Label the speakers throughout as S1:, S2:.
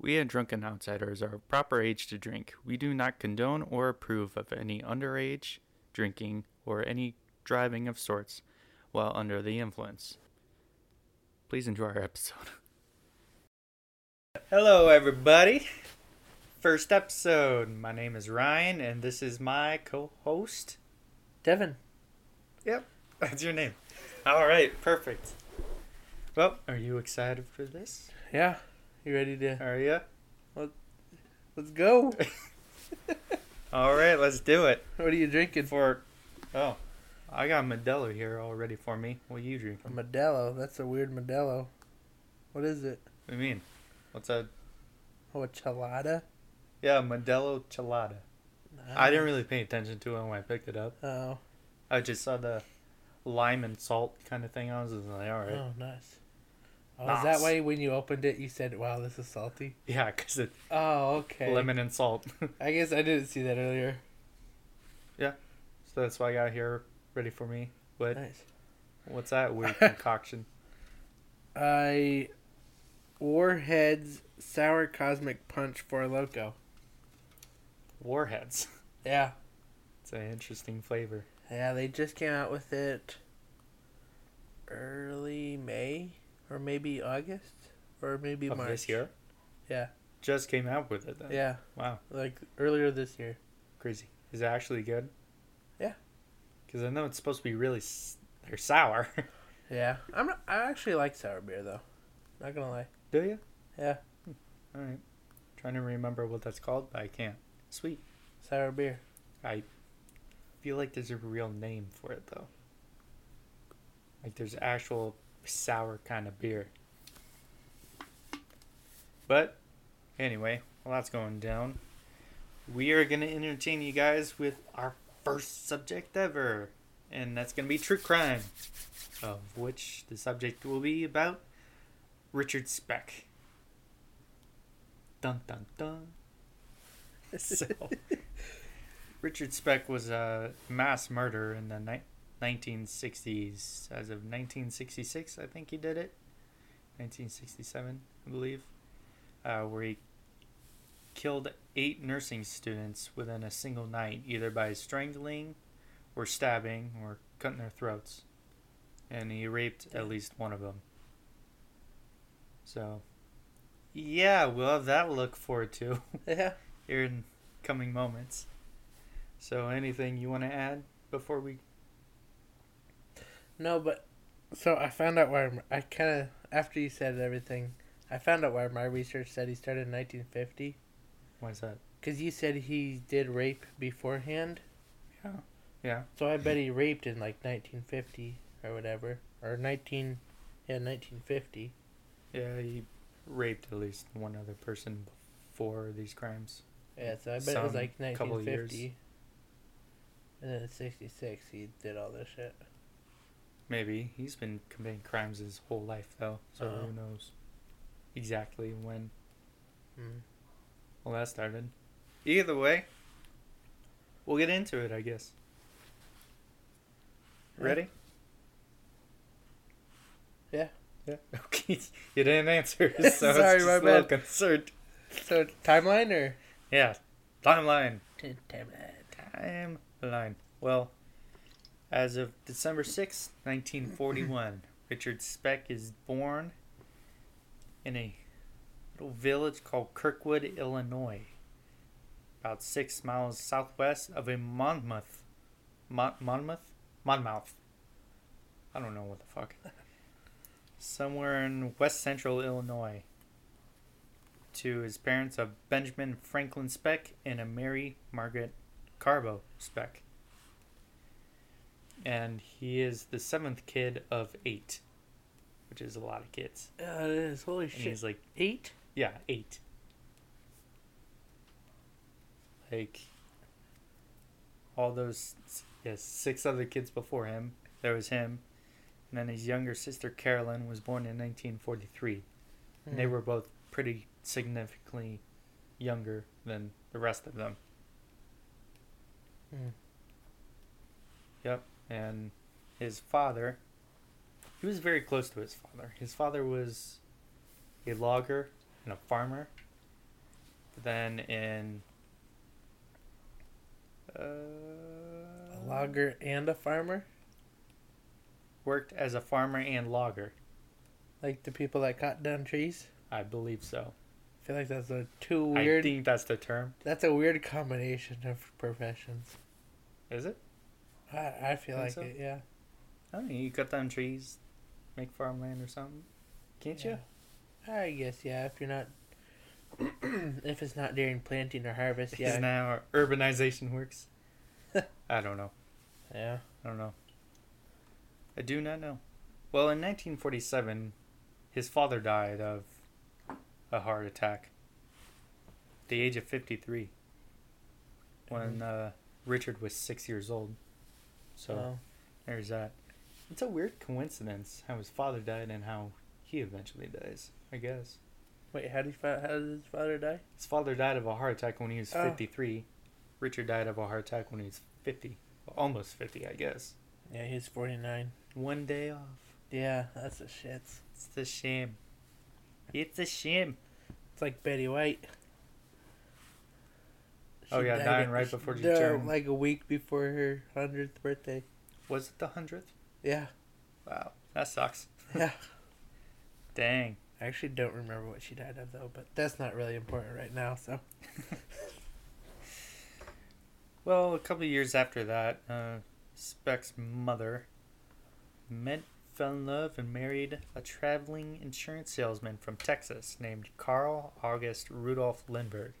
S1: We and Drunken Outsiders are of proper age to drink. We do not condone or approve of any underage drinking or any driving of sorts while under the influence. Please enjoy our episode. Hello, everybody. First episode. My name is Ryan, and this is my co host.
S2: Devin.
S1: Yep, that's your name. All right, perfect. Well, are you excited for this?
S2: Yeah. You ready to?
S1: Are you?
S2: Let's go.
S1: All right, let's do it.
S2: What are you drinking?
S1: For oh, I got Modelo here all ready for me. What are you drinking? What
S2: Modelo. That's a weird Modelo. What is it?
S1: do you mean? What's that?
S2: Oh, a chelada.
S1: Yeah, Modelo Chelada. I didn't really pay attention to it when I picked it up.
S2: Oh.
S1: I just saw the lime and salt kind of thing. I was just like, all right.
S2: Oh, nice. Oh, Is
S1: Nice.
S2: that why when you opened it you said, "Wow, this is salty"?
S1: Yeah, because it's
S2: Oh, okay.
S1: lemon and salt.
S2: I guess I didn't see that earlier.
S1: so that's why I got here ready for me. What?
S2: Nice.
S1: What's that weird concoction?
S2: I Warhead's sour cosmic punch for loco.
S1: Warheads.
S2: Yeah.
S1: It's an interesting flavor.
S2: Yeah, they just came out with it early May or maybe August or maybe
S1: Of
S2: March.
S1: this year?
S2: Yeah.
S1: Just came out with it then.
S2: Yeah,
S1: Wow,
S2: like earlier this year.
S1: crazy. Is it actually good?
S2: Yeah.
S1: Because I know it's supposed to be really. S- they're sour.
S2: Yeah, I'm. Not, I actually like sour beer though. Not gonna lie.
S1: Do you?
S2: Yeah,
S1: All right. Trying to remember what that's called, but I can't. Sweet.
S2: sour beer.
S1: I feel like there's a real name for it though. Like there's actual sour kind of beer. But anyway, well that's going down. We are gonna entertain you guys with our first subject ever, and that's gonna be true crime, of which the subject will be about Richard Speck. Dun dun dun. So. Richard Speck was a mass murderer in the ni- 1960s. As of 1966, I think he did it. 1967, I believe, uh, where he killed eight nursing students within a single night, either by strangling, or stabbing, or cutting their throats. And he raped at least one of them. So, yeah, we'll have that look forward to
S2: Yeah.
S1: here in coming moments. So, anything you want to add before we?
S2: No, but so I found out where i I kind of after you said everything, I found out where my research said he started in 1950.
S1: Why is that?
S2: Cause you said he did rape beforehand,
S1: Yeah, yeah.
S2: so I bet he raped in like 1950 or whatever, or 19, yeah, 1950.
S1: Yeah, he raped at least one other person before these crimes.
S2: Yeah, so I bet it was
S1: Some
S2: like
S1: couple of years.
S2: 1950. And then in 66, he did all this shit.
S1: Maybe he's been committing crimes his whole life, though. So
S2: Uh-huh.
S1: who knows exactly when
S2: Mm.
S1: all that started? Either way, we'll get into it, I guess.
S2: Yeah.
S1: Ready?
S2: Yeah.
S1: Yeah. Okay. You didn't answer, so Sorry, I
S2: Sorry,
S1: was just
S2: my
S1: a little
S2: bad.
S1: concerned.
S2: So timeline or
S1: Yeah. Timeline.
S2: timeline?
S1: Timeline. Well, as of December sixth, 1941, Richard Speck is born in a little village called Kirkwood, Illinois, about six miles southwest of a Monmouth. Mon- Monmouth? Monmouth. I don't know what the fuck. Somewhere in west central Illinois. To his parents of Benjamin Franklin Speck and a Mary Margaret Carbo Speck. And he is the seventh kid of eight, which is a lot of kids.
S2: Oh, it is. Holy
S1: And
S2: shit.
S1: he's like
S2: Eight?
S1: yeah, eight. Like all those, yes, six other kids before him. There was him, and then his younger sister Carolyn was born in 1943. And they
S2: Mm.
S1: were both pretty significantly younger than the rest of them.
S2: Mm.
S1: Yep. And his father, he was very close to his father. His father was a logger and a farmer, than in. Uh,
S2: A logger and a farmer?
S1: Worked as a farmer and logger.
S2: Like the people that cut down trees?
S1: I believe so.
S2: I feel like that's a too
S1: I
S2: weird.
S1: think that's the term.
S2: that's a weird combination of professions.
S1: Is it?
S2: I, I feel
S1: Think
S2: like
S1: so?
S2: it, yeah.
S1: I don't know. You cut down trees, make farmland or something. Can't
S2: yeah.
S1: you?
S2: I guess, yeah, if you're not. if it's not during planting or harvest, yeah.
S1: Is now how urbanization works? I don't know.
S2: Yeah.
S1: I don't know. I do not know. Well, in 1947, his father died of a heart attack. At the age of 53.
S2: Mm-hmm.
S1: When uh, Richard was six years old. So
S2: Oh.
S1: there's that. It's a weird coincidence how his father died and how he eventually dies, I guess.
S2: Wait, how did, he, fa- how did his father die?
S1: His father died of a heart attack when he was
S2: Oh.
S1: 53. Richard died of a heart attack when he was 50. Almost 50, I guess.
S2: Yeah, he was 49.
S1: One day off.
S2: Yeah, that's the shits.
S1: It's a shame. It's a shame.
S2: It's like Betty White.
S1: Oh, yeah,
S2: died
S1: dying
S2: at-
S1: right
S2: she-
S1: before she
S2: no,
S1: turned-
S2: Like a week before her 100th birthday.
S1: Was it the 100th?
S2: Yeah,
S1: Wow. That sucks.
S2: yeah.
S1: Dang.
S2: I actually don't remember what she died of, though, but that's not really important right now, so.
S1: Well, a couple of years after that, uh, Speck's mother met, fell in love, and married a traveling insurance salesman from Texas named Carl August Rudolph Lindbergh.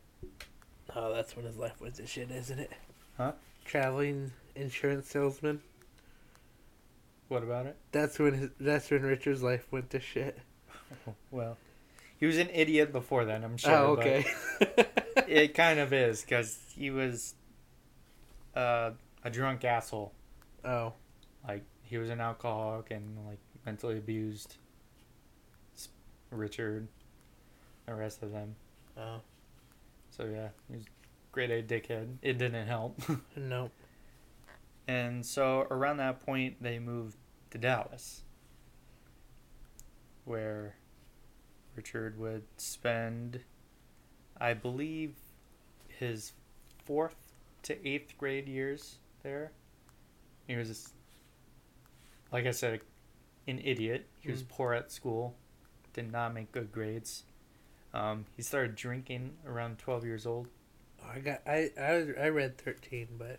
S2: Oh, that's when his life was a shit, isn't it?
S1: Huh?
S2: Traveling insurance salesman.
S1: What about it?
S2: That's when his, that's when Richard's life went to shit.
S1: Well, he was an idiot before then, I'm sure.
S2: oh,
S1: but-
S2: okay.
S1: it kind of is because he was uh, a drunk asshole.
S2: oh,
S1: Like he was an alcoholic and like mentally abused. S- Richard, the rest of them.
S2: oh,
S1: So yeah, he was grade A dickhead. It didn't help.
S2: no.
S1: and so around that point, they moved to Dallas, where Richard would spend, I believe, his fourth to eighth grade years there. He was, just- like I said, an idiot. He was
S2: Mm.
S1: poor at school, did not make good grades. Um, he started drinking around 12 years old.
S2: Oh, I got I I was I read thirteen, but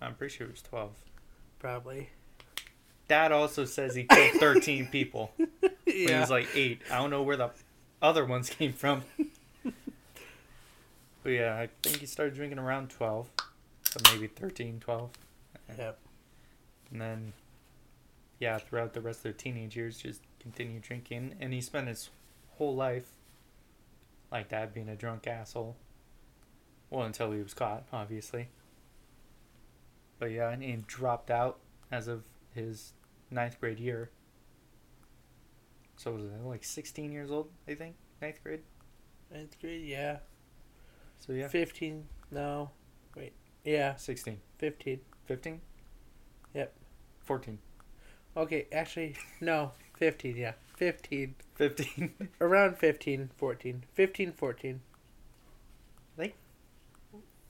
S1: I'm pretty sure it was 12.
S2: probably
S1: Dad also says he killed 13 people when he was like eight. I don't know where the other ones came from. but yeah, I think he started drinking around 12, or maybe 13, 12.
S2: Yep.
S1: And then, yeah, throughout the rest of their teenage years, just continued drinking. And he spent his whole life like that, being a drunk asshole. Well, until he was caught, obviously. But yeah, and he dropped out as of his ninth grade year. So was it like 16 years old, I think? Ninth grade?
S2: Ninth grade, yeah.
S1: So yeah,
S2: Fifteen, no. Wait, yeah,
S1: 16.
S2: fifteen.
S1: 15?
S2: Yep.
S1: 14.
S2: Okay, actually, no, fifteen. Yeah, fifteen.
S1: 15.
S2: Around 15, 14. 15, 14.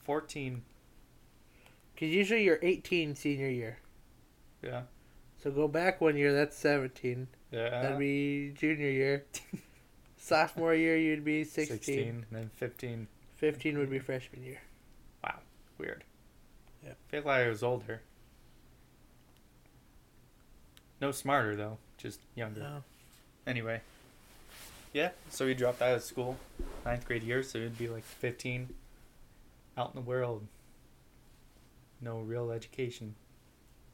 S1: 14.
S2: Because usually you're 18 senior year.
S1: Yeah.
S2: So go back one year, that's 17.
S1: Yeah.
S2: That'd be junior year. Sophomore year, you'd be 16.
S1: 16 and then 15
S2: 15 would be freshman year.
S1: weird
S2: Yeah.
S1: I feel like i was older no smarter though just younger
S2: No.
S1: anyway yeah so he dropped out of school ninth grade year so he'd be like 15 out in the world no real education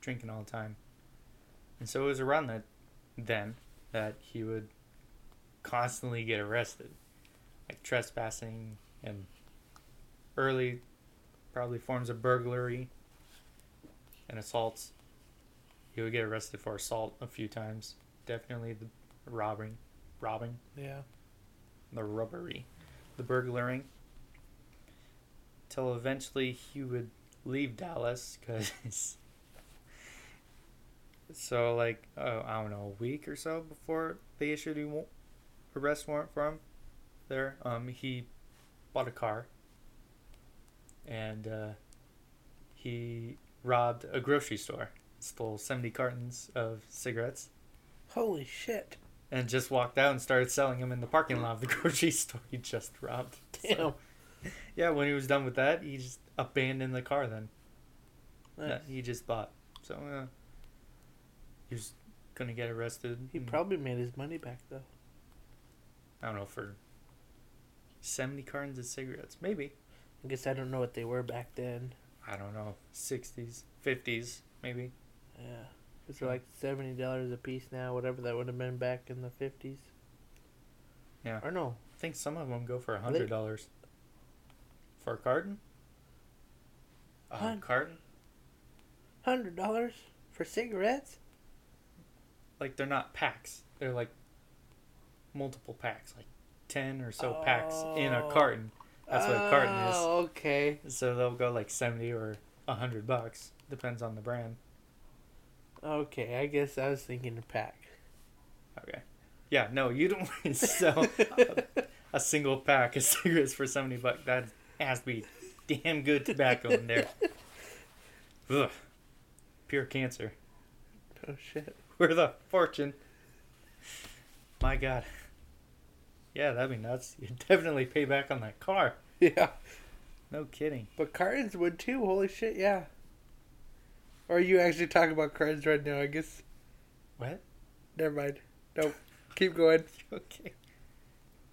S1: drinking all the time and so it was around that then that he would constantly get arrested like trespassing and early probably forms of burglary and assaults he would get arrested for assault a few times definitely the robbing robbing
S2: Yeah.
S1: the robbery, the burglaring. Till eventually he would leave Dallas because. so like oh I don't know a week or so before they issued a wa- arrest warrant for him, there um he bought a car, and uh, he robbed a grocery store, stole seventy cartons of cigarettes,
S2: Holy shit.
S1: and just walked out and started selling them in the parking lot of the grocery store he just robbed.
S2: Damn.
S1: So, yeah, when he was done with that, he just abandoned the car. Then
S2: Nice.
S1: that he just bought. So uh, he was gonna get arrested.
S2: He
S1: and-
S2: probably made his money back though.
S1: I don't know for seventy cartons of cigarettes, maybe.
S2: I guess I don't know what they were back then.
S1: I don't know, sixties, fifties, maybe.
S2: Yeah. Because they're like seventy dollars a piece now, whatever that would have been back in the fifties.
S1: Yeah.
S2: Or no.
S1: I think some of them go for a
S2: Are they-
S1: hundred dollars for a carton. A
S2: Hun-
S1: carton?
S2: Hundred dollars for cigarettes?
S1: Like they're not packs. They're like multiple packs, like ten or so packs in a
S2: Oh.
S1: carton. That's what a carton is.
S2: Oh, okay.
S1: So they'll go like seventy or a hundred bucks, depends on the brand.
S2: Okay, I guess I was thinking a pack.
S1: Okay. Yeah, no, you don't sell a single pack of cigarettes for seventy bucks. That has to be damn good tobacco in there. Ugh. Pure cancer.
S2: oh shit.
S1: Worth a fortune. My God. Yeah, that'd be nuts. You'd definitely pay back on that car.
S2: Yeah.
S1: No kidding.
S2: But cartons would too, holy shit, yeah. Or are you actually talking about cartons right now, I guess
S1: What?
S2: never mind. Nope. Keep going.
S1: Okay.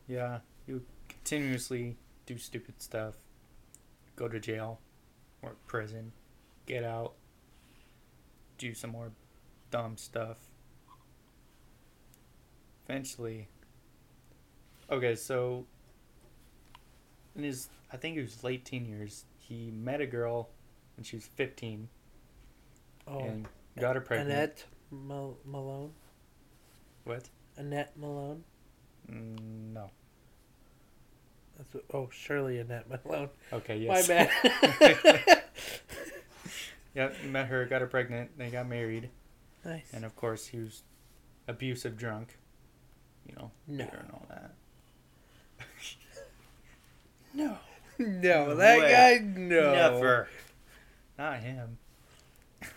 S1: Yeah, you continuously do stupid stuff. Go to jail or prison. Get out. Do some more dumb stuff. Eventually. Okay, so in his I think it was late teen years, he met a girl when she was 15
S2: Oh
S1: and got her pregnant.
S2: Annette Mal- Malone.
S1: What?
S2: Annette Malone.
S1: Mm, no.
S2: That's what, oh, Shirley Annette Malone.
S1: Okay, yes.
S2: My bad.
S1: Yep, he met her, got her pregnant, they got married.
S2: nice.
S1: And of course, he was abusive drunk. You know,
S2: No.
S1: beer and all that.
S2: No. No, that
S1: way.
S2: guy, no.
S1: Never. Not him.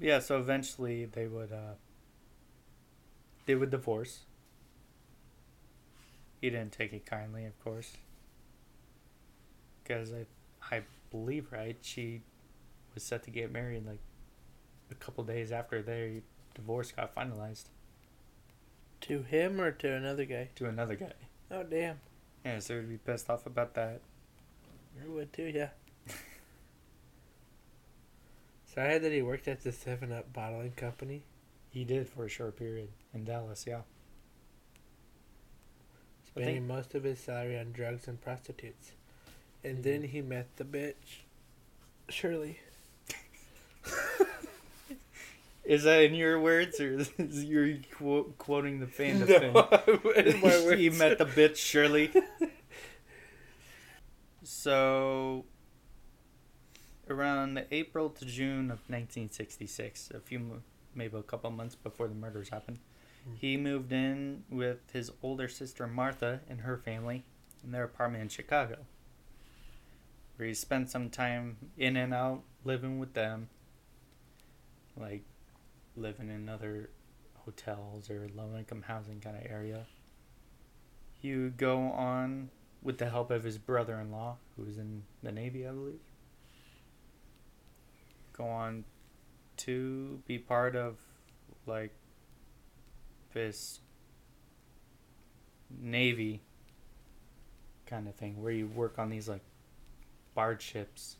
S1: yeah, so eventually they would uh they would divorce. He didn't take it kindly, of course. Cuz I I believe right, she was set to get married like a couple days after their divorce got finalized
S2: To him or to another guy?
S1: to another guy.
S2: Oh, damn.
S1: Yeah, so he'd be pissed off about that.
S2: You would too, yeah. so I heard that he worked at the 7 Up bottling company.
S1: He did for a short period in Dallas, yeah. I
S2: spending
S1: think
S2: most of his salary on drugs and prostitutes.
S1: Hmm.
S2: And then he met the bitch, Shirley.
S1: Is that in your words, or is you're qu- quoting the fandom
S2: in
S1: thing?
S2: my words.
S1: he met the bitch Shirley. so, around April to June of 1966, a few, mo- maybe a couple months before the murders happened,
S2: Mm.
S1: he moved in with his older sister Martha and her family in their apartment in Chicago, where he spent some time in and out living with them, like living in other hotels or low income housing kind of area. He would go on with the help of his brother in law, who was in the Navy, I believe. Go on to be part of like this Navy kind of thing where you work on these like barge ships,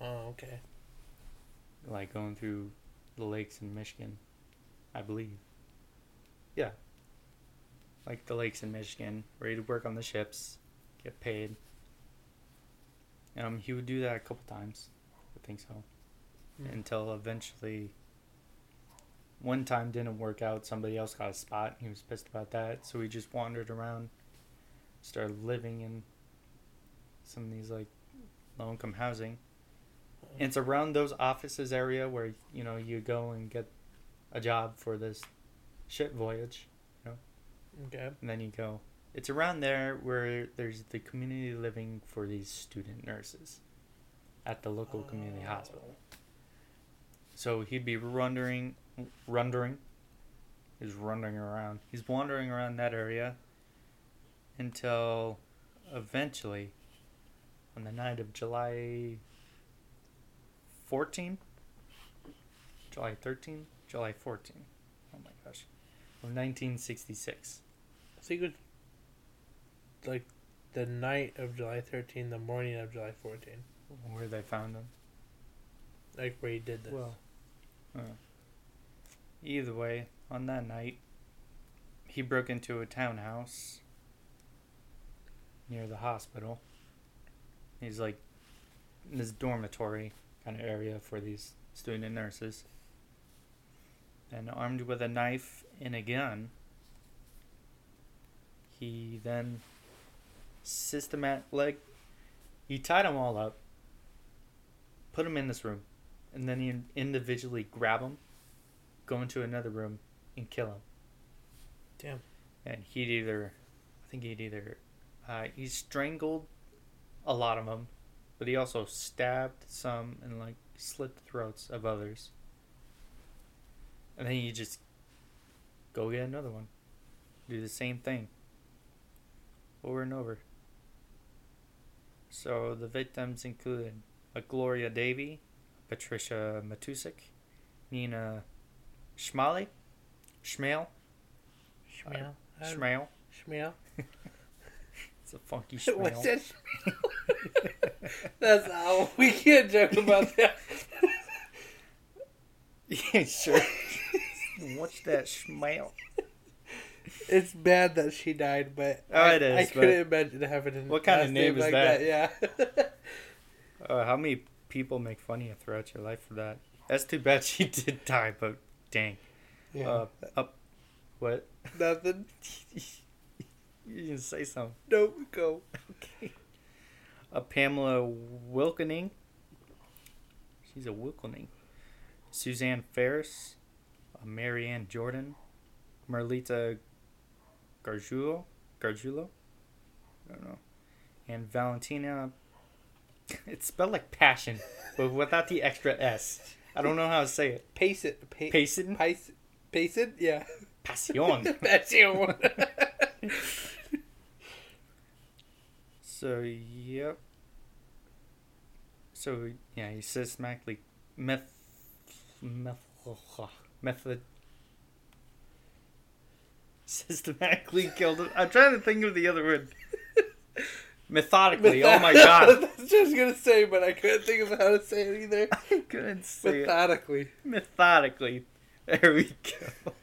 S2: Oh, okay.
S1: like going through the lakes in Michigan, I believe. Yeah. Like the lakes in Michigan, where he'd work on the ships, get paid. Um, he would do that a couple times, I think so,
S2: Hmm.
S1: until eventually. One time didn't work out. Somebody else got a spot. And he was pissed about that, so he just wandered around, started living in some of these like low income housing. And it's around those offices area where you know you go and get a job for this ship voyage,
S2: Okay.
S1: and then you go It's around there where there's the community living for these student nurses at the local community
S2: Oh.
S1: hospital. So he'd be wandering, wandering, he's wandering around. He's wandering around that area until eventually, on the night of July 14, July 13, July 14, oh my gosh, of 1966.
S2: I think it was like the night of July 13, the morning of July 14.
S1: Where they found him.
S2: Like where he did this.
S1: Well, uh, either way, on that night, he broke into a townhouse near the hospital. He's like in this dormitory kind of area for these student nurses. And armed with a knife and a gun, he then systematic like he tied them all up, put them in this room, and then you individually grab him, go into another room, and kill him. uh,
S2: Damn.
S1: And he'd either, I think he'd either, uh, he strangled a lot of them, but he also stabbed some and like slit the throats of others. And then you just go get another one, do the same thing over and over. So the victims included a Gloria Davy, Patricia Matusik, Nina Schmale, Schmale,
S2: Shmail. I-
S1: Schmale.
S2: Shmail.
S1: It's a funky
S2: What's
S1: Schmale.
S2: that? Shmail? That's oh, we can't joke about that.
S1: yeah, sure. What's that Schmale?
S2: It's bad that she died, but
S1: Oh,
S2: I,
S1: it is,
S2: I
S1: but-
S2: couldn't imagine having a
S1: What kind of
S2: last
S1: name is
S2: like Yeah.
S1: Uh, how many people make fun of you throughout your life for that? That's too bad she did die, but dang.
S2: yeah.
S1: Uh, up. What?
S2: Nothing.
S1: You didn't say something.
S2: Nope. Go.
S1: a Pamela Wilkening. She's a Wilkening. Suzanne Ferris, a Marianne Jordan, Merlita Gargiulo, Gargiulo, I don't know, and Valentina. It's spelled like passion, but without the extra S. I don't know how to say it.
S2: Pace it. Pa- pace.
S1: Payson,
S2: Pace. Pace it. Yeah.
S1: passion.
S2: That's your one.
S1: So yep. So yeah, he systematically meth meth method systematically killed him. I'm trying to think of the other word. Methodically, oh my god.
S2: That's what I was gonna say, but I couldn't think of how to say it either.
S1: I couldn't say it.
S2: Methodically.
S1: Methodically. There we go.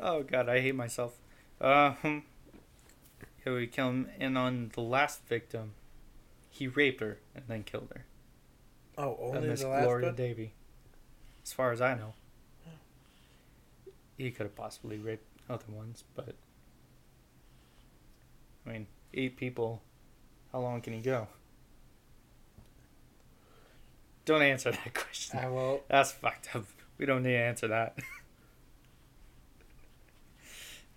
S1: Oh god, I hate myself. Um here we kill him and on the last victim, he raped her and then killed her.
S2: Oh,
S1: and
S2: only
S1: Miss
S2: the last
S1: Gloria
S2: one.
S1: Davy. As far as I know, he could have possibly raped other ones, but I mean, eight people. How long can he go? Don't answer that question.
S2: I won't.
S1: That's fucked up. We don't need to answer that.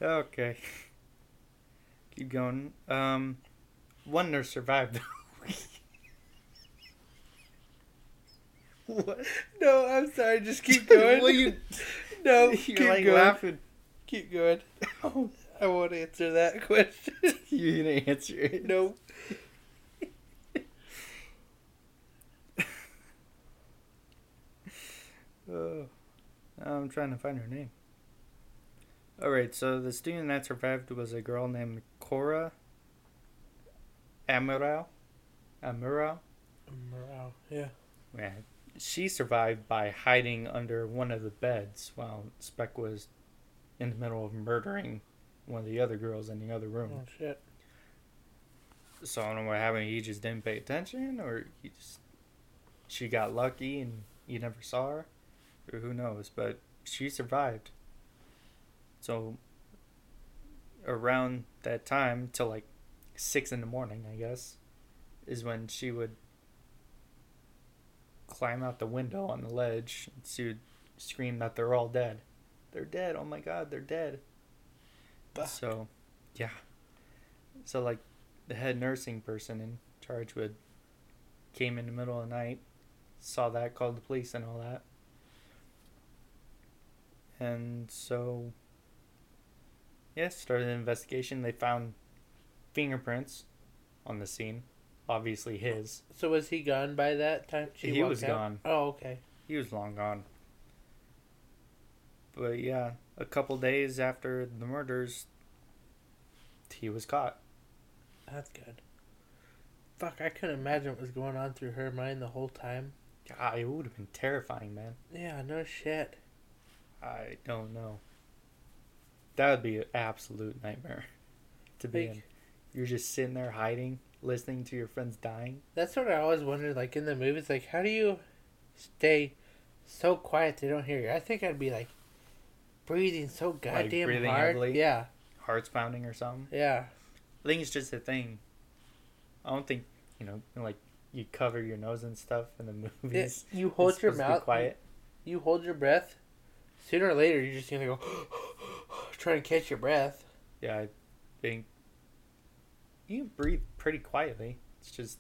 S1: okay. Keep going. Um, one nurse survived. what?
S2: No, I'm sorry. Just keep going.
S1: Well, you-
S2: no,
S1: You're
S2: keep
S1: like
S2: going.
S1: laughing.
S2: Keep going.
S1: Oh,
S2: I won't answer that question.
S1: you didn't answer it.
S2: no.
S1: Oh, I'm trying to find her name. All right, so the student that survived was a girl named Cora Amaral. Amaral.
S2: Morale. Yeah.
S1: Yeah. She survived by hiding under one of the beds while Speck was in the middle of murdering one of the other girls in the other room.
S2: Oh shit.
S1: So I don't know what happened. He just didn't pay attention, or he just she got lucky and you never saw her, or who knows? But she survived. So around that time till like six in the morning, I guess, is when she would climb out the window on the ledge. And she would scream that they're all dead. They're dead. Oh my God, they're dead.
S2: Fuck.
S1: So, yeah, So like the head nursing person in charge would came in the middle of the night, saw that, called the police and all that. And so yes, started an investigation. They found fingerprints on the scene. Obviously his.
S2: So was he gone by that time?
S1: He
S2: walked
S1: was
S2: out?
S1: gone.
S2: Oh, okay.
S1: He was long gone. But yeah, a couple days after the murders, he was caught.
S2: That's good. Fuck, I couldn't imagine what was going on through her mind the whole time.
S1: God, it would have been terrifying, man.
S2: Yeah, no shit.
S1: I don't know. That would be an absolute nightmare to be in.
S2: Like,
S1: You're just sitting there hiding, listening to your friends dying.
S2: that's what I always wondered, like in the movies, like how do you stay so quiet they don't hear you? I think I'd be like breathing so goddamn
S1: breathing
S2: hard.
S1: heavily?
S2: Yeah,
S1: Hearts pounding or something.
S2: yeah.
S1: I think it's just a thing. I don't think, you know, like you cover your nose and stuff in the movies.
S2: It,
S1: It's
S2: you hold your
S1: supposed to be
S2: mouth
S1: quiet.
S2: You hold your breath. Sooner or later, you're just gonna go try and catch your breath.
S1: Yeah, I think you can breathe pretty quietly. It's just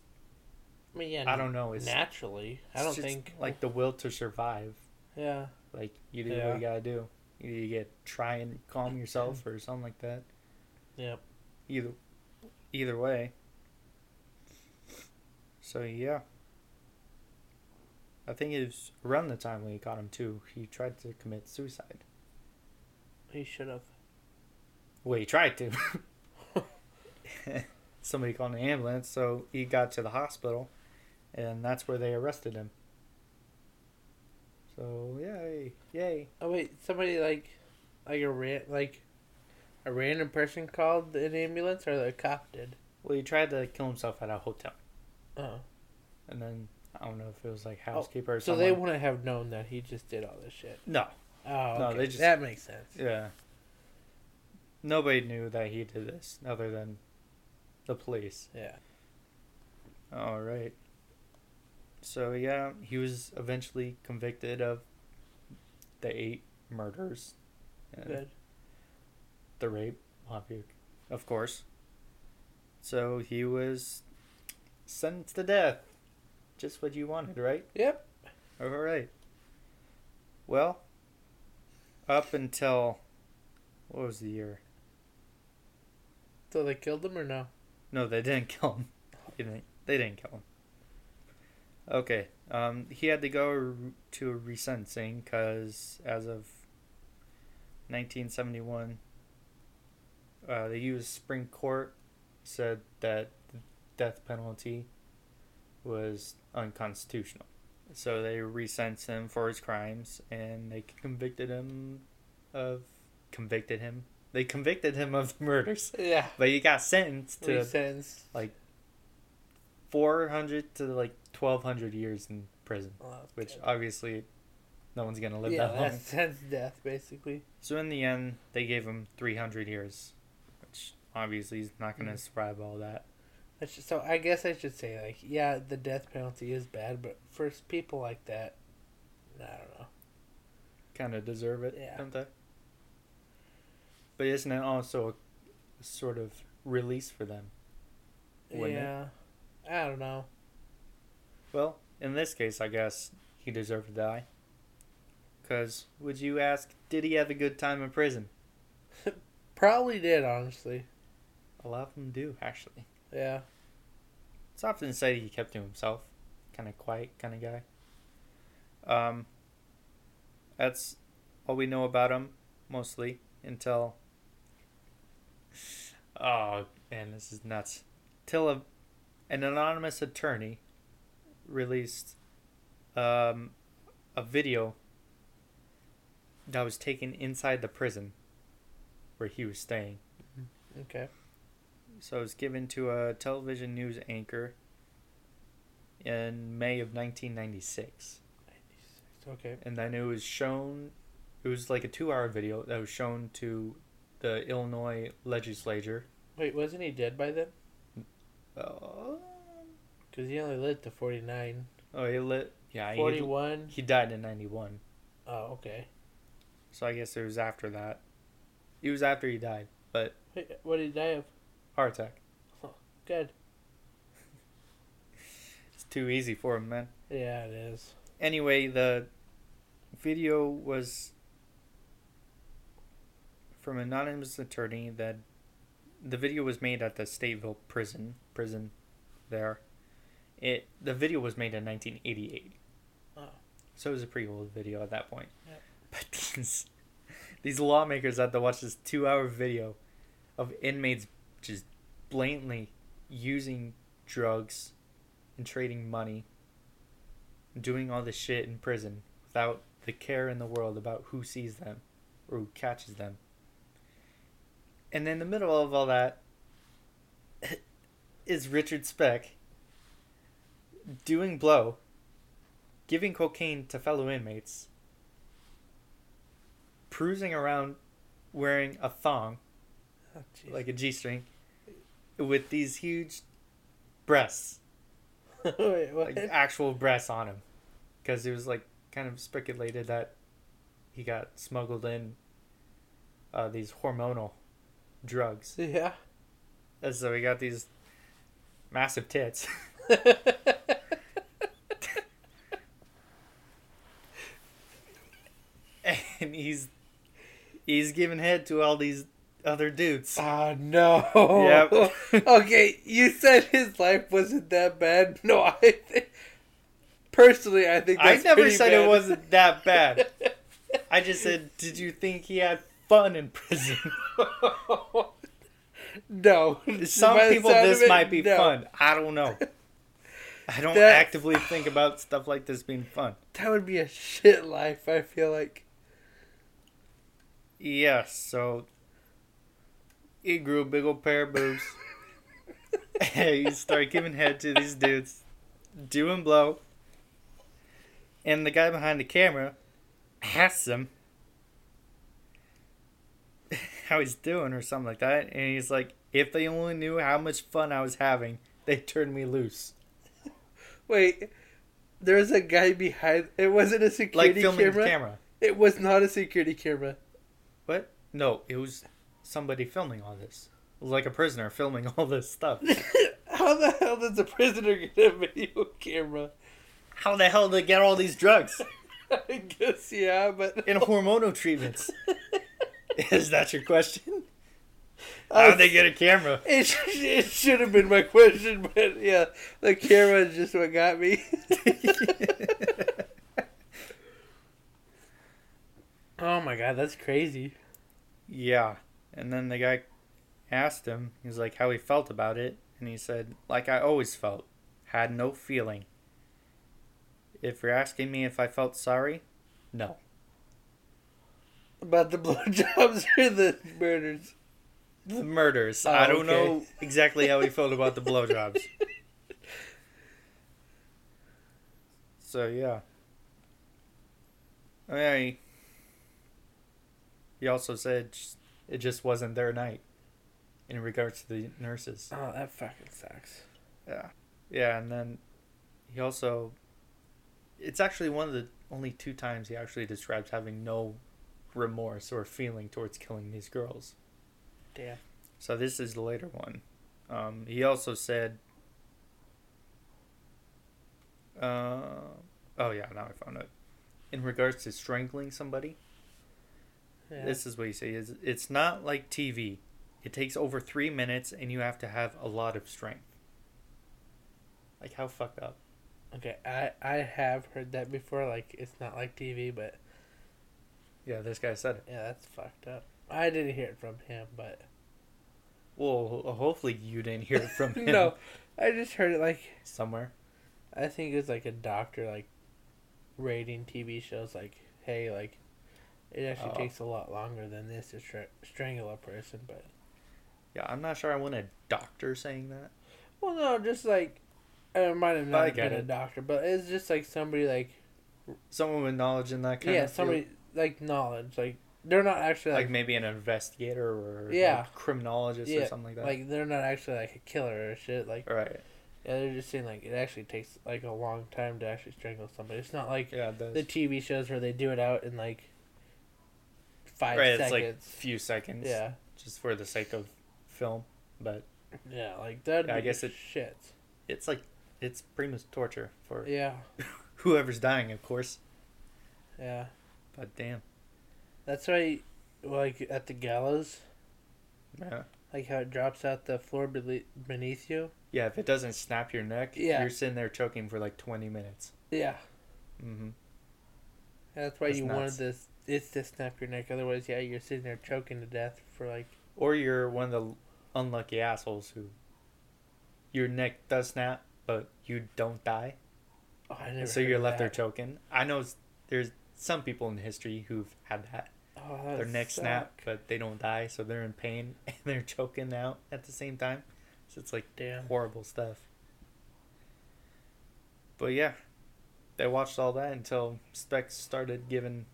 S2: I mean, yeah.
S1: I don't know. It's
S2: naturally. I
S1: it's
S2: don't
S1: just
S2: think.
S1: like the will to survive.
S2: Yeah.
S1: Like you do what
S2: Yeah.
S1: you gotta do. Either you get try and calm yourself or something like that.
S2: Yep.
S1: Either either way. So yeah. I think it was around the time when he caught him too. He tried to commit suicide.
S2: He should have.
S1: Well, he tried to. Somebody called an ambulance, so he got to the hospital, and that's where they arrested him. So yay, yay!
S2: Oh wait, somebody like, like a ran like, a random person called an ambulance or the cop did.
S1: Well, he tried to kill himself at a hotel, Uh-huh.
S2: Oh.
S1: and then I don't know if it was like housekeeper or
S2: So
S1: something.
S2: they wouldn't have known that he just did all this shit.
S1: no,
S2: Oh,
S1: No,
S2: okay.
S1: they just-
S2: that makes sense.
S1: yeah. Nobody knew that he did this other than the police.
S2: Yeah.
S1: All right. So yeah, he was eventually convicted of the eight murders, and
S2: Good.
S1: the rape, obvi- of course. So he was sentenced to death. Just what you wanted, right?
S2: Yep.
S1: All right. Well, up until what was the year?
S2: So they killed him or no?
S1: No, they didn't kill him. They didn't, they didn't kill him. Okay. Um, he had to go to a resentencing because as of 1971, uh, the U.S. Supreme Court said that the death penalty was unconstitutional. So they resentenced him for his crimes and they convicted him of. Convicted him? They convicted him of murders.
S2: Yeah.
S1: But he got sentenced to
S2: Three sentences.
S1: like, four hundred to like twelve hundred years in prison,
S2: Oh,
S1: which
S2: okay.
S1: obviously no one's gonna live
S2: yeah,
S1: that long.
S2: that's, that's death basically.
S1: So in the end, they gave him three hundred years, which obviously he's not gonna
S2: Mhm.
S1: survive all that.
S2: That's just, so I guess I should say like yeah, the death penalty is bad, but for s- people like that, I don't know.
S1: Kind of deserve it,
S2: Yeah.
S1: don't they? But isn't it also a sort of release for them? Wouldn't it?
S2: yeah. I don't know.
S1: Well, in this case, I guess he deserved to die. Cause would you ask, did he have a good time in prison?
S2: Probably did honestly.
S1: A lot of them do, actually.
S2: Yeah.
S1: It's often said he kept to himself, kind of quiet kind of guy. Um, that's all we know about him, mostly until. Oh man, this is nuts. Till a, an anonymous attorney released um, a video that was taken inside the prison where he was staying.
S2: Okay.
S1: So it was given to a television news anchor in May of 1996.
S2: Okay.
S1: And then it was shown, it was like a two hour video that was shown to the Illinois legislature.
S2: Wait, wasn't he dead by then?
S1: Oh,
S2: Because he only lived to 49.
S1: oh he lit. Yeah, he,
S2: 41.
S1: he died in 91.
S2: Oh, okay.
S1: So I guess it was after that. It was after he died, but
S2: Wait, what did he die of?
S1: heart attack.
S2: Good.
S1: It's too easy for him, man.
S2: Yeah, it is.
S1: Anyway, the video was from an anonymous attorney that the video was made at the Stateville prison prison there. It the video was made in 1988.
S2: Oh.
S1: So it was a pretty old video at that point.
S2: Yep.
S1: But these these lawmakers had to watch this 2-hour video of inmates just blatantly using drugs and trading money doing all this shit in prison without the care in the world about who sees them or who catches them. And in the middle of all that is Richard Speck doing blow, giving cocaine to fellow inmates, cruising around wearing a thong,
S2: Oh, jeez.
S1: like a G string, with these huge breasts
S2: Wait, what?
S1: like actual breasts on him because it was like kind of speculated that he got smuggled in uh, these hormonal drugs
S2: yeah.
S1: and so he got these massive tits and he's he's giving head to all these other dudes
S2: Ah no.
S1: Yep.
S2: okay, you said his life wasn't that bad. No, I think personally, I think
S1: i
S2: that's
S1: never
S2: pretty
S1: said
S2: bad.
S1: it wasn't that bad i just said did you think he had fun in prison
S2: no.
S1: Some
S2: By the
S1: people,
S2: sound
S1: this
S2: of it,
S1: might be
S2: no.
S1: fun. I don't know. I don't
S2: That-
S1: actively think about stuff like this being fun.
S2: That would be a shit life. I feel like.
S1: Yeah, so he grew a big old pair of boobs. he started giving head to these dudes, doing blow. And the guy behind the camera asks him how he's doing or something like that. And he's like, if they only knew how much fun I was having, they turned me loose.
S2: Wait, there was a guy behind. It wasn't a
S1: Like
S2: security
S1: filming
S2: camera.
S1: the camera.
S2: It was not a security camera.
S1: What? No, it was somebody filming all this. It was like a prisoner filming all this stuff.
S2: How the hell does a prisoner get a video camera?
S1: How the hell did they get all these drugs
S2: I guess yeah, but
S1: and hormonal treatments? Is that your question? How did they get a camera?
S2: It, sh- it should have been my question, but yeah, the camera is just what got me. oh my god, that's crazy.
S1: Yeah. And then the guy asked him, he was like, how he felt about it. And he said, like I always felt, had no feeling. If you're asking me if I felt sorry, no.
S2: About the blowjobs or the murders.
S1: The murders.
S2: Oh,
S1: I don't
S2: okay.
S1: know exactly how he felt about the blowjobs. So yeah. I mean, he also said sh- it just wasn't their night, in regards to the nurses.
S2: Oh, that fucking sucks.
S1: Yeah, yeah, and then he also. It's actually one of the only two times he actually describes having no remorse or feeling towards killing these girls.
S2: Damn.
S1: So this is the later one. Um, he also said, uh, "Oh yeah, now I found it." In regards to strangling somebody,
S2: Yeah.
S1: this is what he says: "It's not like TV. It takes over three minutes, and you have to have a lot of strength." Like how fucked up?
S2: Okay, I I have heard that before. Like it's not like TV, but
S1: Yeah, this guy said it.
S2: yeah, that's fucked up. I didn't hear it from him, but
S1: Well, ho- hopefully you didn't hear it from him
S2: no, I just heard it like
S1: somewhere.
S2: I think it was like a doctor like rating TV shows like, hey, like it actually
S1: Oh.
S2: takes a lot longer than this to stra- strangle a person, but
S1: Yeah, I'm not sure. I want a doctor saying that.
S2: well, no, just like it might have
S1: I
S2: not
S1: get
S2: been a
S1: it.
S2: doctor, but it's just like somebody like
S1: Someone with knowledge in that kind
S2: yeah,
S1: of field.
S2: somebody like knowledge, like they're not actually
S1: like
S2: like
S1: maybe an investigator or
S2: Yeah.
S1: like, criminologist or
S2: Yeah,
S1: something like that.
S2: like, they're not actually like a killer or shit, like
S1: right.
S2: yeah, they're just saying like it actually takes like a long time to actually strangle somebody. It's not like
S1: Yeah, it does.
S2: the TV shows where they do it out in like five
S1: right, it's like
S2: seconds.
S1: few seconds.
S2: yeah.
S1: Just for the sake of film, but
S2: Yeah, like that.
S1: Yeah, I
S2: I
S1: guess
S2: guess
S1: it-
S2: shit.
S1: It's like it's pretty much torture for
S2: Yeah,
S1: whoever's dying, of course.
S2: yeah.
S1: But damn,
S2: That's why, like at the gallows,
S1: yeah.
S2: like how it drops out the floor bele- beneath you.
S1: Yeah, if it doesn't snap your neck,
S2: Yeah.
S1: you're sitting there choking for like 20 minutes.
S2: Yeah,
S1: Mm-hmm.
S2: that's why
S1: That's
S2: you
S1: nuts.
S2: wanted this. It's to snap your neck. Otherwise, yeah, you're sitting there choking to death for like.
S1: Or you're one of the unlucky assholes who your neck does snap, but you don't die.
S2: Oh, I never
S1: And so
S2: heard
S1: you're
S2: of
S1: left there
S2: that.
S1: choking. I know s- there's some people in history who've had that.
S2: Oh, that
S1: Their neck
S2: suck.
S1: snap, but they don't die, so they're in pain and they're choking out at the same time. So it's like
S2: Damn.
S1: horrible stuff. But yeah, they watched all that until Specs started giving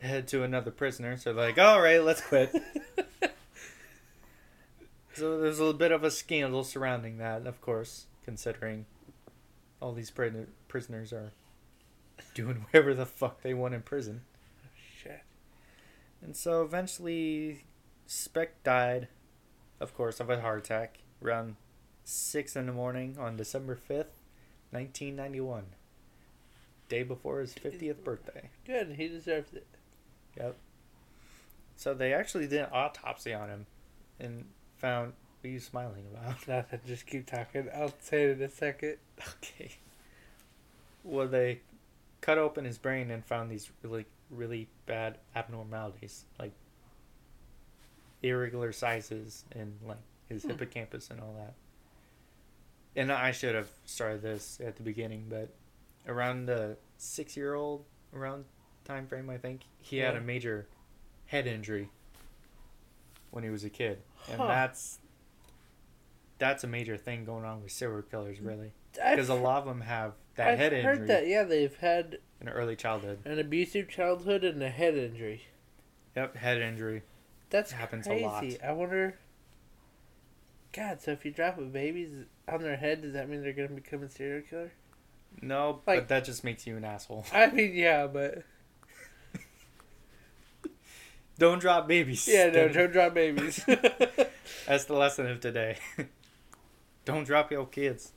S1: head to another prisoner. So they're like, all right, let's quit. so there's a little bit of a scandal surrounding that, of course, considering all these prid- prisoners are doing whatever the fuck they want in prison.
S2: Shit.
S1: And so eventually, Speck died, of course, of a heart attack around 6 in the morning on December 5th, 1991. Day before his 50th birthday.
S2: Good. He deserves it.
S1: Yep. So they actually did an autopsy on him and found. What are you smiling about?
S2: Nothing. Just keep talking. I'll say it in a second.
S1: Okay. Well, they cut open his brain and found these really, really bad abnormalities, like irregular sizes and like his
S2: Hmm.
S1: hippocampus and all that. And I should have started this at the beginning, but around the six-year-old around time frame, I think he had
S2: Yeah.
S1: a major head injury when he was a kid, and
S2: Huh.
S1: that's that's a major thing going on with serial killers,
S2: Mm.
S1: really.
S2: I've-
S1: Because a lot of them have that
S2: I've
S1: head
S2: heard
S1: injury
S2: that. Yeah, they've had
S1: in early childhood.
S2: an abusive childhood and a head injury.
S1: Yep, head injury.
S2: That's
S1: It happens a
S2: crazy.
S1: lot.
S2: I wonder. God, so if you drop a baby's on their head, does that mean they're gonna become a serial killer?
S1: No,
S2: Like-
S1: but that just makes you an asshole.
S2: I mean, yeah, but
S1: Don't drop babies.
S2: yeah, no, don't drop babies.
S1: That's the lesson of today. don't drop your kids.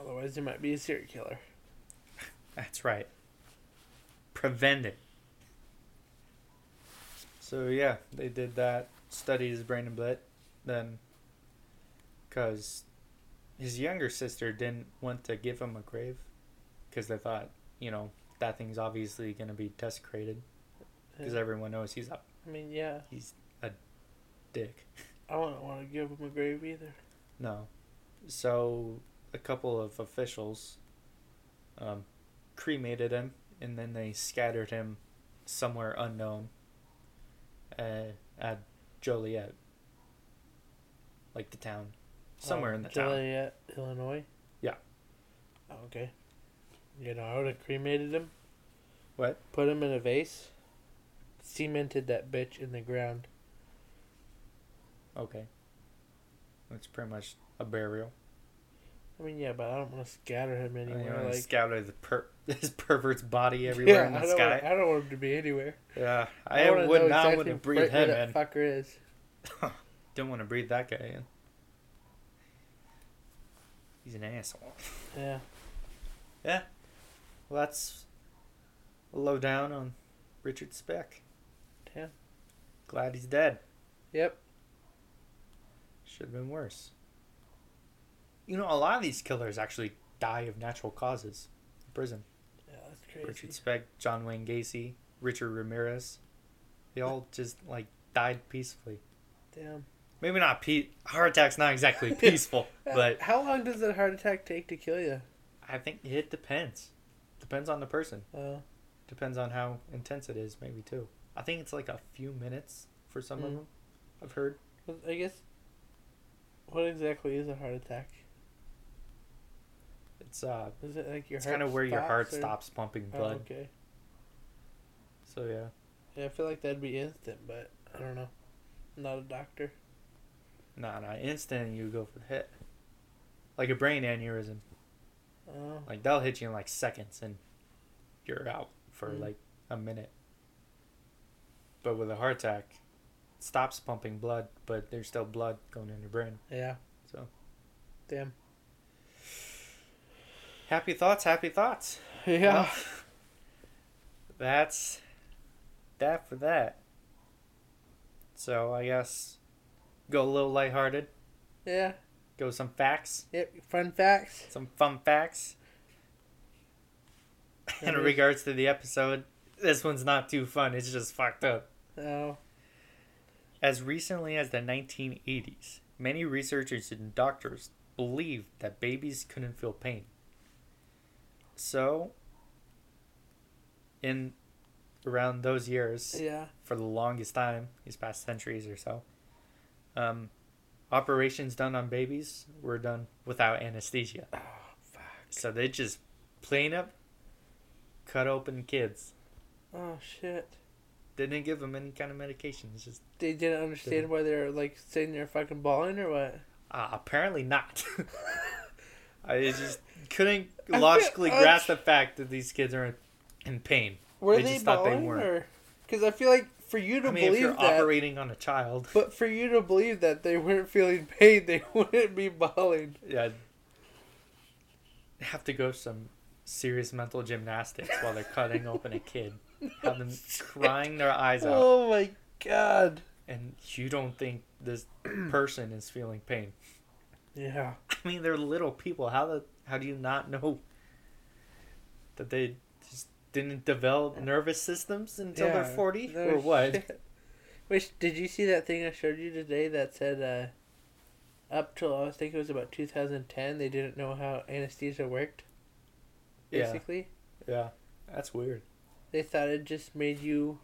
S2: Otherwise, they might be a serial killer.
S1: That's right. Prevent it. So yeah, they did that. Studied his brain a bit, then, cause his younger sister didn't want to give him a grave, cause they thought, you know, that thing's obviously gonna be desecrated, cause
S2: Yeah.
S1: everyone knows he's a
S2: I mean, yeah,
S1: dick.
S2: I wouldn't want to give them a grave either.
S1: No. So a couple of officials um, cremated him and then they scattered him somewhere unknown uh, at Joliet. Like the town. Somewhere
S2: Um,
S1: in the town.
S2: Joliet, Illinois.
S1: Yeah.
S2: Oh, okay. You know, I would have cremated him.
S1: What?
S2: Put him in a vase. Cemented that bitch in the ground.
S1: Okay. It's pretty much a burial.
S2: I mean, yeah, but I don't want to scatter him
S1: And you
S2: anywhere.
S1: know,
S2: like,
S1: scatter the per- this pervert's body everywhere
S2: yeah,
S1: in
S2: I
S1: the
S2: don't
S1: sky.
S2: Want, I don't want him to be anywhere.
S1: yeah, I,
S2: wanna
S1: would
S2: know
S1: not
S2: exactly
S1: want to
S2: where-
S1: breathe
S2: where
S1: him in.
S2: that fucker is.
S1: Don't want to breathe that guy in. He's an asshole.
S2: Yeah,
S1: Well, that's low down on Richard Speck.
S2: Yeah.
S1: Glad he's dead.
S2: yep.
S1: Should have been worse. You know, a lot of these killers actually die of natural causes in prison.
S2: Yeah, that's crazy.
S1: Richard Speck, John Wayne Gacy, Richard Ramirez. They all just, like, died peacefully.
S2: Damn.
S1: Maybe not pe- heart attack's not exactly peaceful, but
S2: Uh, how long does a heart attack take to kill you?
S1: I think it depends. Depends on the person.
S2: Uh,
S1: Depends on how intense it is, maybe too. I think it's like a few minutes for some of
S2: Mm.
S1: them. I've heard
S2: I guess. What exactly is a heart attack?
S1: it's uh,
S2: Is it like your?
S1: it's
S2: heart
S1: kind of where your heart
S2: or-
S1: stops pumping
S2: Oh,
S1: blood.
S2: okay.
S1: So yeah,
S2: Yeah, I feel like that'd be instant, but I don't know. I'm not a doctor.
S1: nah, nah, instant you go for the hit, like a brain aneurysm.
S2: Oh,
S1: Like that'll hit you in like seconds, and you're out for
S2: Mm.
S1: like a minute. But with a heart attack, stops pumping blood, but there's still blood going in your brain.
S2: Yeah.
S1: So.
S2: Damn.
S1: Happy thoughts, happy thoughts.
S2: Yeah.
S1: That's that for that. So I guess go a little lighthearted,
S2: Yeah.
S1: go some facts,
S2: Yep. Fun facts.
S1: some fun facts. In
S2: Mhm.
S1: regards to the episode, this one's not too fun. It's just fucked up.
S2: Oh.
S1: As recently as the 1980s, many researchers and doctors believed that babies couldn't feel pain. So, in around those years,
S2: Yeah.
S1: for the longest time, these past centuries or so, um, operations done on babies were done without anesthesia.
S2: Oh fuck.
S1: So they just plain up cut open kids.
S2: Oh shit.
S1: Didn't give them any kind of medication. It's just
S2: They didn't understand why they're like sitting there fucking balling or what.
S1: Uh, apparently not. I just couldn't
S2: I
S1: logically
S2: feel- I-
S1: grasp the fact that these kids are in, in pain.
S2: Were
S1: They
S2: they,
S1: just thought they
S2: balling
S1: weren't.
S2: or? Because I feel like for you to
S1: I mean, if
S2: believe
S1: you're
S2: that,
S1: operating on a child,
S2: but for you to believe that they weren't feeling pain, they wouldn't be balling.
S1: yeah, have to go some serious mental gymnastics while they're cutting open a kid, have them crying their eyes out,
S2: Oh my god.
S1: and you don't think this person is feeling pain.
S2: Yeah.
S1: I mean, they're little people. How the how do you not know that they just didn't develop nervous systems until they're
S2: Yeah.
S1: forty
S2: No
S1: or what?
S2: shit. Which did you see that thing I showed you today that said uh, up till I think it was about 2010 they didn't know how anesthesia worked.
S1: Yeah,
S2: Basically,
S1: yeah, that's weird.
S2: they thought it just made you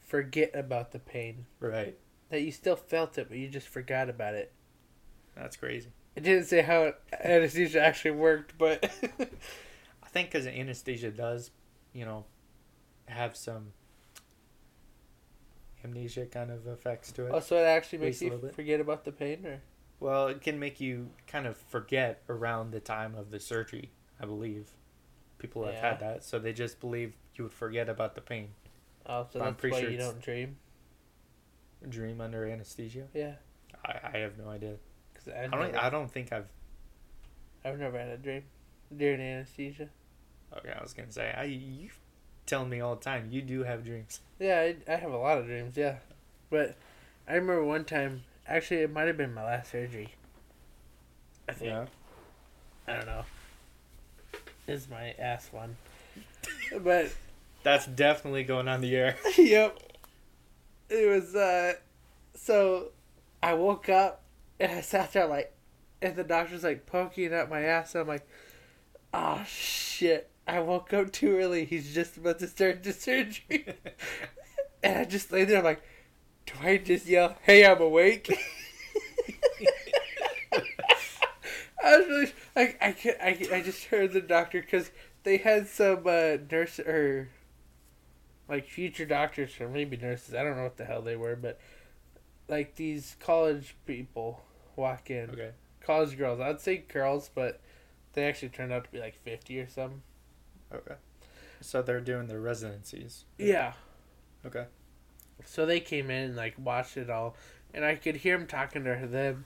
S2: forget about the pain
S1: Right,
S2: that you still felt it, but you just forgot about it.
S1: that's crazy.
S2: It didn't say how anesthesia actually worked, but
S1: I think because anesthesia does, you know, have some amnesia kind of effects to it.
S2: also it actually makes
S1: Waste a
S2: you
S1: little bit.
S2: forget about the pain, or
S1: Well, it can make you kind of forget around the time of the surgery. I believe people have had that, so they just believe you would forget about the pain.
S2: oh, so
S1: I'm
S2: that's
S1: pretty
S2: why
S1: sure
S2: you
S1: it's-
S2: don't dream.
S1: Dream under anesthesia.
S2: Yeah,
S1: I, I have no idea.
S2: because I
S1: I don't.
S2: never-
S1: I don't think I've.
S2: I've never had a dream during anesthesia.
S1: Okay, I was gonna say. I you tell me all the time. You do have dreams.
S2: Yeah, I, I have a lot of dreams, yeah. But I remember one time, actually, it might have been my last surgery. I think. I don't know. This is my ass one. but,
S1: That's definitely going on the air.
S2: yep. It was, uh, so I woke up and I sat there like, and the doctor's like poking at my ass. I'm like, oh shit. I woke up too early. He's just about to start the surgery. And I just lay there, I'm like, do I just yell, hey, I'm awake? I was really, like, I, can I, can't- I just heard the doctor because they had some uh, nurse or like future doctors or maybe nurses. I don't know what the hell they were, but like these college people walk in.
S1: okay.
S2: College girls. I'd say girls, but they actually turned out to be like 50 or something.
S1: Okay. So they're doing their residencies.
S2: Yeah.
S1: Okay.
S2: So they came in and like watched it all, and I could hear him talking to them,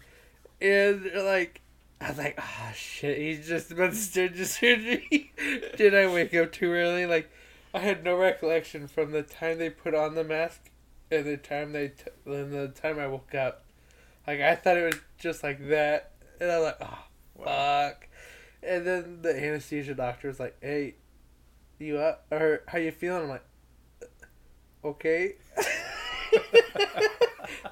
S2: and like I was like, "Ah, shit, he's just about to start the surgery." Did I wake up too early? Like, I had no recollection from the time they put on the mask and the time they t- and the time I woke up. Like I thought it was just like that, and I was like, "Oh fuck," and then the anesthesia doctor was like, "Hey, you up or how you feeling?" I'm like, "Okay."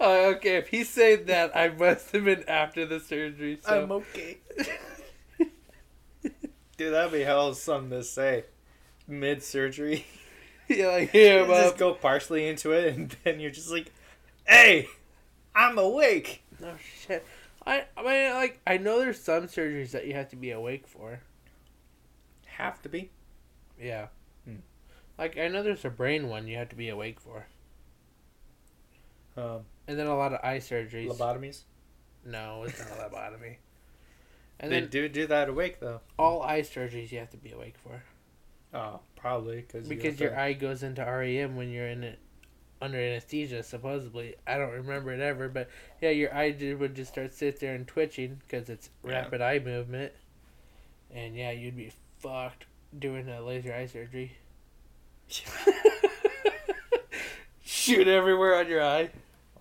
S2: Oh, okay, if he said that, I must have been after the surgery. So
S1: I'm okay. Dude, that'd be hell of something to say. Mid surgery.
S2: yeah, like
S1: You
S2: yeah,
S1: just
S2: but
S1: go partially into it and then you're just like, Hey, I'm awake.
S2: no oh, shit. I I mean, like I know there's some surgeries that you have to be awake for.
S1: Have to be.
S2: Yeah.
S1: Hmm.
S2: Like I know there's a brain one you have to be awake for,
S1: Um
S2: and then a lot of eye surgeries.
S1: lobotomies.
S2: no, it's not a lobotomy. And
S1: they
S2: then
S1: do do that awake though.
S2: all eye surgeries you have to be awake for
S1: Oh, probably cause you
S2: because
S1: have
S2: your
S1: to-
S2: eye goes into REM when E you're in it under anesthesia, supposedly. I don't remember it ever, but yeah, your eye ju- would just start sit there and twitching because it's
S1: Yeah.
S2: rapid eye movement, and yeah, you'd be fucked doing a laser eye surgery. Shoot everywhere on your eye.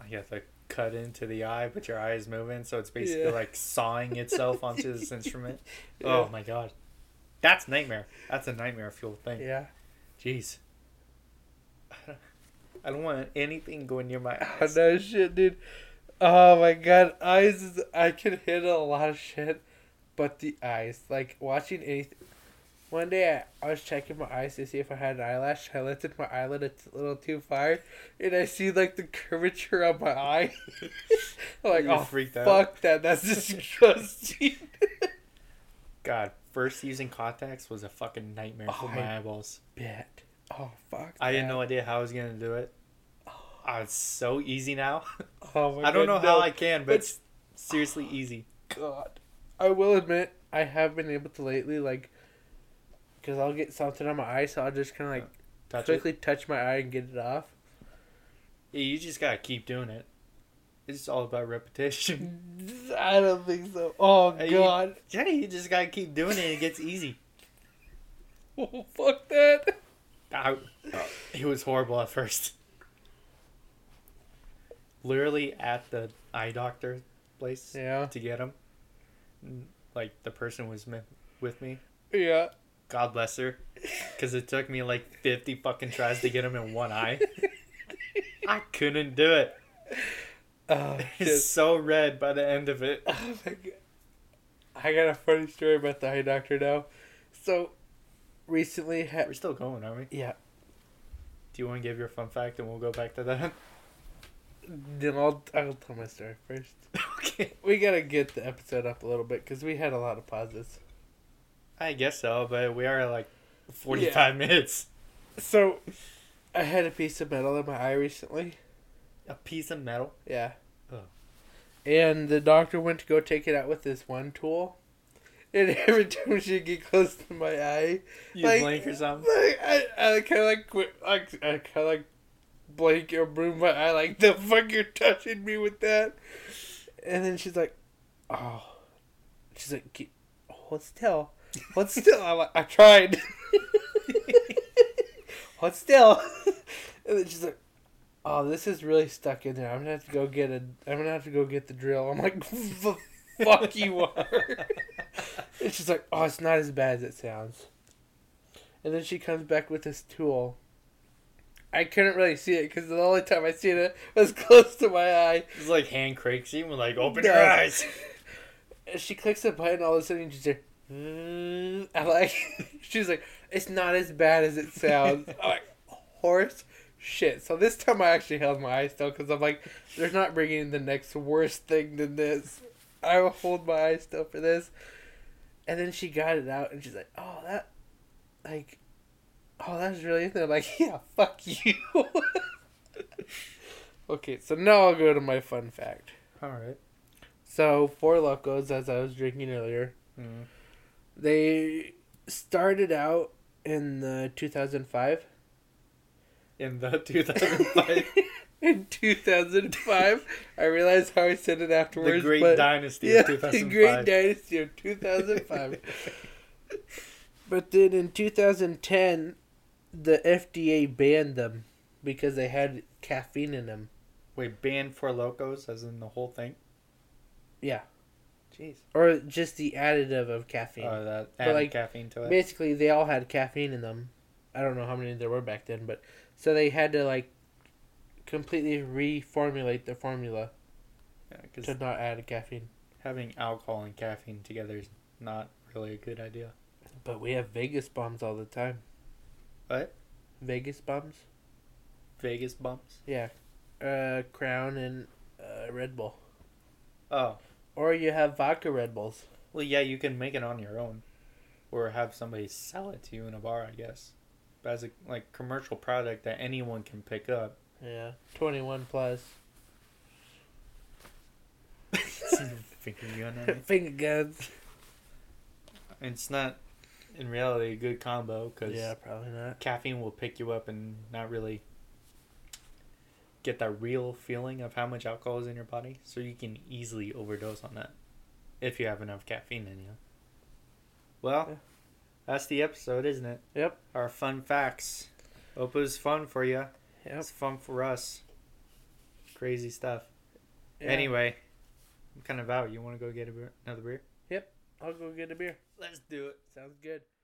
S1: You have to cut into the eye, but your eye is moving, so it's basically
S2: Yeah.
S1: like sawing itself onto this instrument.
S2: Yeah.
S1: Oh my god. That's nightmare. That's a nightmare fuel thing.
S2: Yeah.
S1: Jeez. I don't want anything going near my
S2: Oh,
S1: eyes.
S2: no shit, dude. Oh my god, eyes is I can handle a lot of shit, but the eyes, like watching anything. One day I, I was checking my eyes to see if I had an eyelash. I lifted my eyelid a t- little too far, and I see like the curvature on my eye. I'm like,
S1: You
S2: oh
S1: freaked out.
S2: fuck that, that's disgusting.
S1: God, first using contacts was a fucking nightmare for
S2: Oh,
S1: my
S2: I-
S1: eyeballs.
S2: Bit. Oh fuck.
S1: I had
S2: that.
S1: no idea how I was gonna do it. Ah, it's so easy now.
S2: Oh my
S1: I don't know
S2: God,
S1: how
S2: no.
S1: I can, but
S2: It's-
S1: it's seriously easy.
S2: God. I will admit, I have been able to lately, like, because I'll get something on my eye, so I'll just kind of, like,
S1: Touch it.
S2: quickly touch my eye and get it off.
S1: Yeah, you just gotta keep doing it. It's all about repetition.
S2: Mm-hmm. I don't think so. Oh,
S1: Hey, you-
S2: God.
S1: yeah, you just gotta keep doing it. It gets easy.
S2: Oh, fuck that.
S1: I, it was horrible at first. Literally at the eye doctor place
S2: Yeah.
S1: to get him. Like the person was me- with me.
S2: Yeah.
S1: God bless her, because it took me like fifty fucking tries to get him in one eye. I couldn't do it.
S2: Oh,
S1: It's
S2: shit.
S1: so red by the end of it.
S2: oh, my God. I got a funny story about the eye doctor now. So, recently, ha-
S1: We're still going, aren't we?
S2: yeah,
S1: Do you want to give your fun fact and we'll go back to that?
S2: then I'll, I'll tell my story first.
S1: okay.
S2: We gotta get the episode up a little bit because we had a lot of pauses.
S1: I guess so, but we are like forty-five minutes.
S2: So, I had a piece of metal in my eye recently.
S1: A piece of metal.
S2: Yeah.
S1: Oh.
S2: And the doctor went to go take it out with this one tool. And every time she'd get close to my eye,
S1: You
S2: like,
S1: blink or something.
S2: like I, I kind of like, quit, like I kind of like blink or move my eye, like the fuck you're touching me with that. And then she's like, oh, she's like, "Get- hold still, hold still. I like, I tried. hold still. And then she's like, oh, this is really stuck in there. I'm gonna have to go get a. I'm gonna have to go get the drill. I'm like, "The fuck you are. And she's like, oh, it's not as bad as it sounds. And then she comes back with this tool. I couldn't really see it because the only time I seen it was close to my eye.
S1: It's like hand cranks you and like open
S2: No.
S1: your eyes.
S2: And she clicks the button, all of a sudden you just hear, "Mm," I like, she's like, it's not as bad as it sounds. I'm like, horse shit. So this time I actually held my eye still because I'm like, they're not bringing the next worst thing than this. I will hold my eye still for this. And then she got it out and she's like, oh, that, like, oh, that's really it. They're like, yeah, fuck you. okay, so now I'll go to my fun fact.
S1: All right.
S2: So Four Locos, as I was drinking earlier,
S1: Mm.
S2: they started out in the 2005.
S1: In the 2005,
S2: in 2005, I realized how I said it afterwards.
S1: the Great
S2: but-
S1: Dynasty
S2: yeah,
S1: of 2005.
S2: the Great Dynasty of 2005. but then in 2010, the FDA banned them because they had caffeine in them.
S1: Wait, banned for locos, as in the whole thing.
S2: Yeah.
S1: Jeez.
S2: Or just the additive of caffeine.
S1: Oh, that
S2: But,
S1: added
S2: like,
S1: caffeine to it.
S2: basically they all had caffeine in them i don't know how many there were back then but so they had to like completely reformulate the formula
S1: Yeah, 'cause
S2: to not add caffeine
S1: having alcohol and caffeine together is not really a good idea.
S2: but we have vegas bombs all the time
S1: What?
S2: vegas bombs
S1: Vegas bumps.
S2: yeah uh crown and uh, red bull
S1: Oh,
S2: or you have vodka red bulls
S1: well, yeah, you can make it on your own, or have somebody sell it to you in a bar, I guess. But as a like commercial product that anyone can pick up,
S2: yeah 21 plus
S1: Finger gun on it.
S2: finger guns
S1: it's not in reality a good combo because
S2: yeah probably not
S1: caffeine will pick you up and not really get that real feeling of how much alcohol is in your body, so you can easily overdose on that if you have enough caffeine in you. Well,
S2: Yeah.
S1: that's the episode, isn't it?
S2: Yep.
S1: Our fun facts. Hope it was fun for you.
S2: Yep.
S1: It's fun for us. Crazy stuff.
S2: Yeah.
S1: Anyway, I'm kind of out. You want to go get a beer, another beer?
S2: I'll go get a beer.
S1: Let's do it.
S2: Sounds good.